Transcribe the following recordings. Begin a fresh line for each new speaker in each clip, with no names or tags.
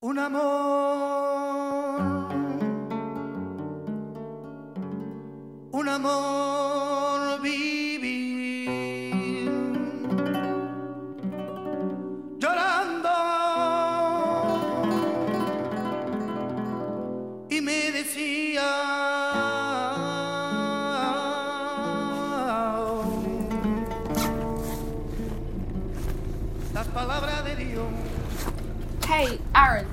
Un amor, un amor viví llorando y me decía las palabras de Dios.
Hey, Aaron,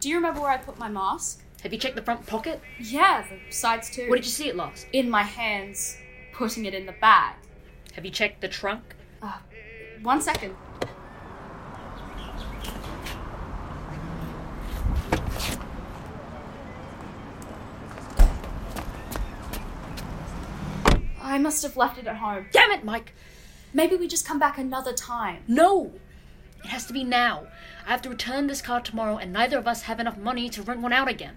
do you remember where I put my mask?
Have you checked the front pocket?
Yeah, the sides too.
Where did you see it last?
In my hands, putting it in the bag.
Have you checked the trunk?
One second. I must have left it at home.
Damn it, Mike!
Maybe we just come back another time.
No! It has to be now. I have to return this car tomorrow, and neither of us have enough money to rent one out again.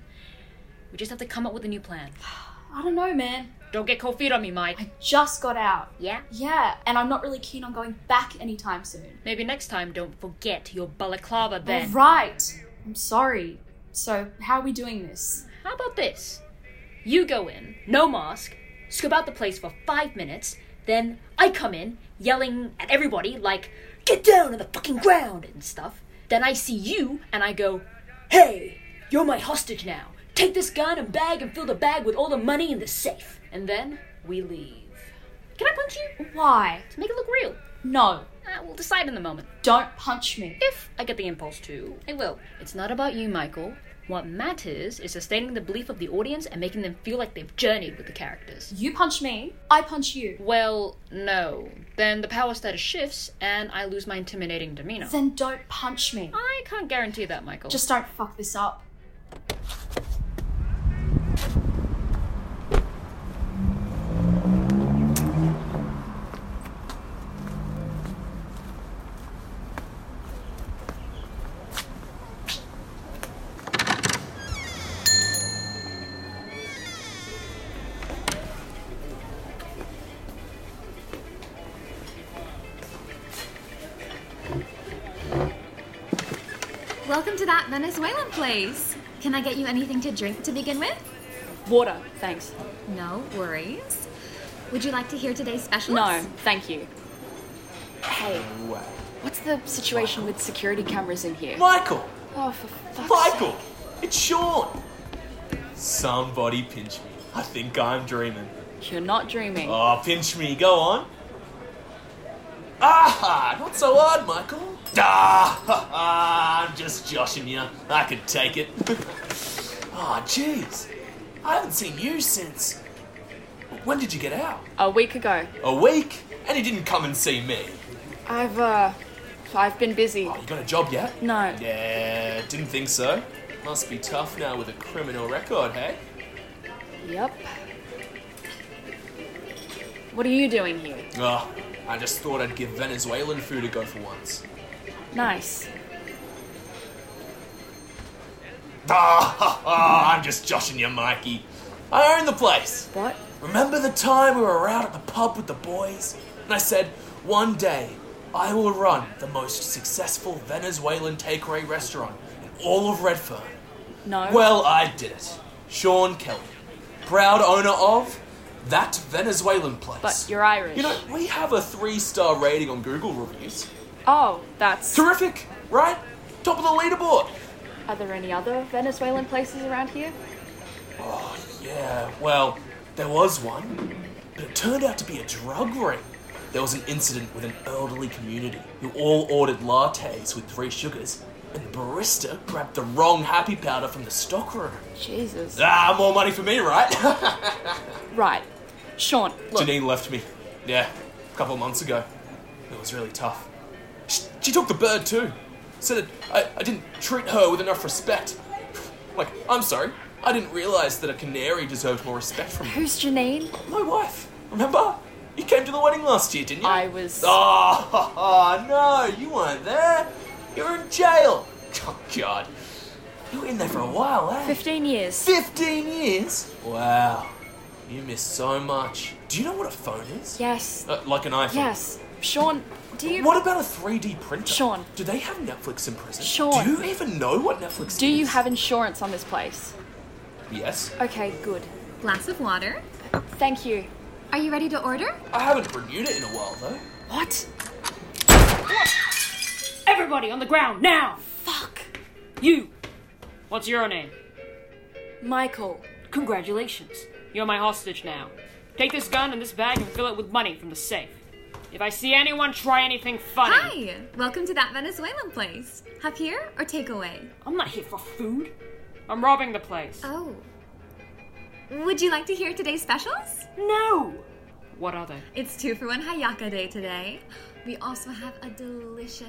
We just have to come up with a new plan.
I don't know, man.
Don't get cold feet on me, Mike.
I just got out.
Yeah?
Yeah, and I'm not really keen on going back anytime soon.
Maybe next time don't forget your balaclava
All
then.
right. I'm sorry. So, how are we doing this?
How about this? You go in, no mask, scoop out the place for five minutes, then I come in, yelling at everybody, like, get down on the fucking ground and stuff. Then I see you, and I go, hey, you're my hostage now. Take this gun and bag and fill the bag with all the money in the safe. And then we leave. Can I punch you?
Why?
To make it look real.
No,
Ah, we'll decide in the moment.
don't punch me.
If I get the impulse to, I will. It's not about you, Michael. What matters is sustaining the belief of the audience and making them feel like they've journeyed with the characters.
You punch me, I punch you.
Well, no. Then the power status shifts and I lose my intimidating demeanor.
Then don't punch me.
I can't guarantee that, Michael.
Just don't fuck this up.
Welcome to that Venezuelan place. Can I get you anything to drink to begin with?
Water, thanks.
No worries. Would you like to hear today's specials?
No, thank you. Hey, what's the situation with security cameras in here?
Michael!
Oh, for fuck's
Michael! It's Sean! Somebody pinch me. I think I'm dreaming.
sake. You're not dreaming.
Oh, pinch me, go on. Ah, not so hard, Michael. Ah, I'm just joshing you. I could take it. Ah, jeez. I haven't seen you since. When did you get out?
A week ago.
A week? And you didn't come and see me.
I've, uh, I've been busy.
Oh, you got a job yet?
No.
Yeah, didn't think so. Must be tough now with a criminal record, hey?
Yep. What are you doing here?
Ah, I just thought I'd give Venezuelan food a go for once.
Nice.
Ah, ha, ha, I'm just joshing you, Mikey. I own the place.
What?
Remember the time we were out at the pub with the boys? And I said, one day, I will run the most successful Venezuelan takeaway restaurant in all of Redfern.
No.
Well, I did it. Sean Kelly, proud owner of that Venezuelan place.
But you're Irish.
You know, we have a three star rating on Google reviews.
oh, that's.
Terrific, right? Top of the leaderboard.
Are there any other Venezuelan places around here?
Yeah, well, there was one, but it turned out to be a drug ring. There was an incident with an elderly community who all ordered lattes with three sugars, and the barista grabbed the wrong happy powder from the stockroom.
Jesus.
Ah, more money for me, right?
Right. Sean, look.
Janine left me. Yeah, a couple of months ago. It was really tough. She, she took the bird too. Said that I, I didn't treat her with enough respect. Like, I'm sorry. I didn't realise that a canary deserved more respect from me.
Who's Janine?
My wife. Remember? You came to the wedding last year, didn't you?
I was.
Oh, no, you weren't there. You're in jail. Oh, God. You were in there for a while, eh?
15 years.
15 years? Wow. You missed so much. Do you know what a phone is?
Yes.
Uh, like an iPhone?
Yes. Sean, Do you
What about a 3D printer?
Sean.
Do they have Netflix in prison?
Sean.
Do you even know what Netflix
do
is?
you have insurance on this place?
Yes.
Okay, good.
Glass of water.
Thank you.
Are you ready to order?
I haven't renewed it in a while, though.
What?
Everybody on the ground now!
Fuck.
You! What's your name?
Michael.
Congratulations.
You're my hostage now. Take this gun and this bag and fill it with money from the safe. If I see anyone try anything funny,
Hi. Welcome to that Venezuelan place. Have here or takeaway?
I'm not here for food. I'm robbing the place.
Uh,
Oh. Would you like to hear today's specials?
no! What are they?
It's two for one Hayaka Day today. We also have a delicious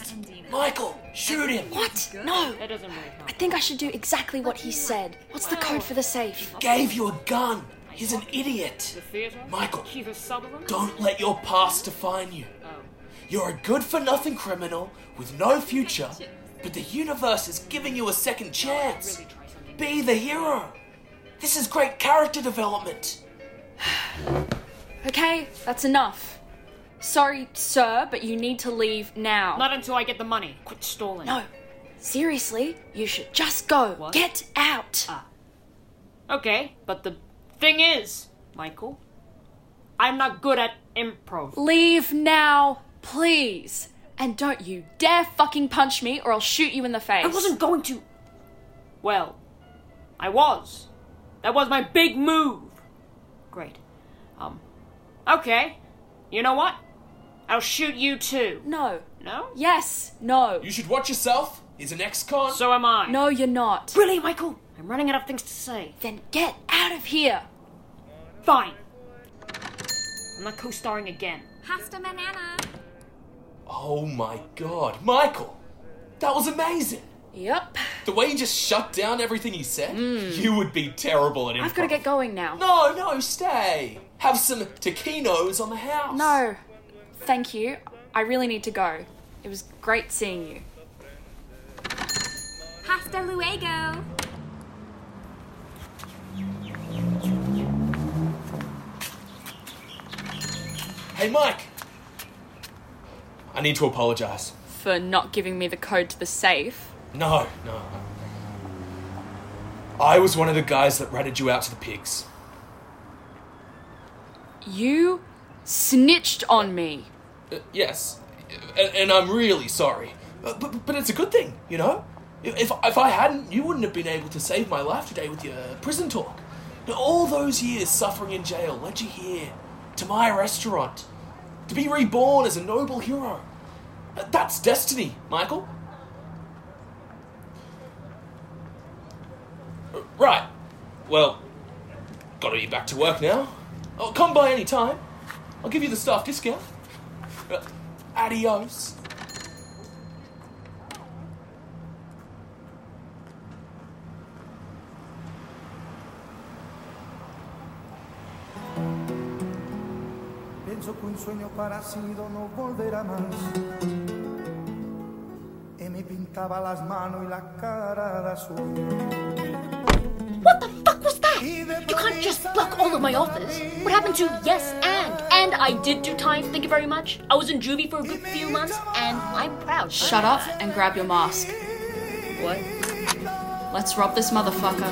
pizza andina.
Michael, shoot him.
What? No.
That doesn't really
I
help.
think I should do exactly what he said. What's the code for the safe?
Gave you a gun. He's an idiot.
The theater?
Michael.
Kiefer Sutherland?
Don't let your past define you.
Oh.
You're a good for nothing criminal with no future, but the universe is giving you a second chance.
Really try something.
Be the hero. This is great character development.
Okay, that's enough. Sorry, sir, but you need to leave now.
Not until I get the money. Quit stalling.
No. Seriously, you should just go.
What? Ah.
Get out.
Okay, but the thing is, Michael, I'm not good at improv.
Leave now, please. And don't you dare fucking punch me or I'll shoot you in the face.
I wasn't going to. Well, I was. That was my big move. Great. Um, okay. You know what? I'll shoot you too.
No.
No?
Yes. No.
You should watch yourself. He's an ex-con.
So am I.
No, you're not.
Really, Michael? I'm running out of things to say.
Then get out of here.
Fine. I'm not co starring again.
Pasta banana.
oh my god, Michael, that was amazing.
Yep.
The way you just shut down everything he said. You would be terrible at improv.
Hmm. I've got to get going now.
No, no, stay. Have some taquinos on the house.
No. Oh, Thank you. I really need to go. It was great seeing you.
Pasta luego.
Hey, Mike. I need to apologize.
For not giving me the code to the safe.
No, no. I was one of the guys that ratted you out to the pigs.
You snitched on me.
Uh, yes, and, and I'm really sorry. Uh, but, but it's a good thing, you know? If, if I hadn't, you wouldn't have been able to save my life today with your prison talk. Now, all those years suffering in jail led you here, to my restaurant, to be reborn as a noble hero. Uh, That's destiny, Michael. Uh, Right. Well, gotta be back to work now. Oh, come by any time. I'll give you the staff discount. Uh, Adios.
Pienso que un sueño parecido no volverá más. Y me pintaba las manos y la cara de azul.
What the fuck was that?
Y de
You can't just block all of my offers. What happened to yes and? And I did do time, thank you very much. I was in juvie for a good few months, and I'm proud.
Shut up and grab your mask.
What?
Let's rob this motherfucker.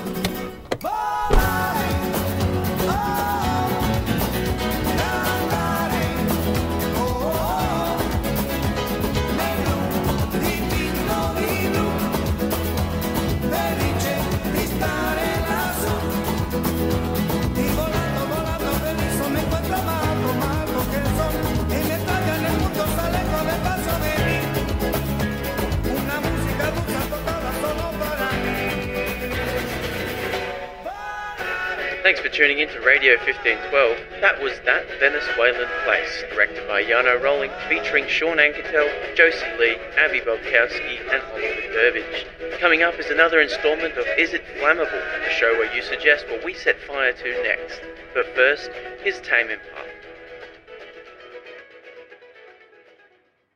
Thanks for tuning in to Radio 1512. That was That Venezuelan Place, directed by Yano Rowling, featuring Sean Ancatel, Josie Lee, Abby Bobkowski, and Oliver Burbage. Coming up is another installment of Is It Flammable, the show where you suggest what we set fire to next. But first, here's Tame Impala.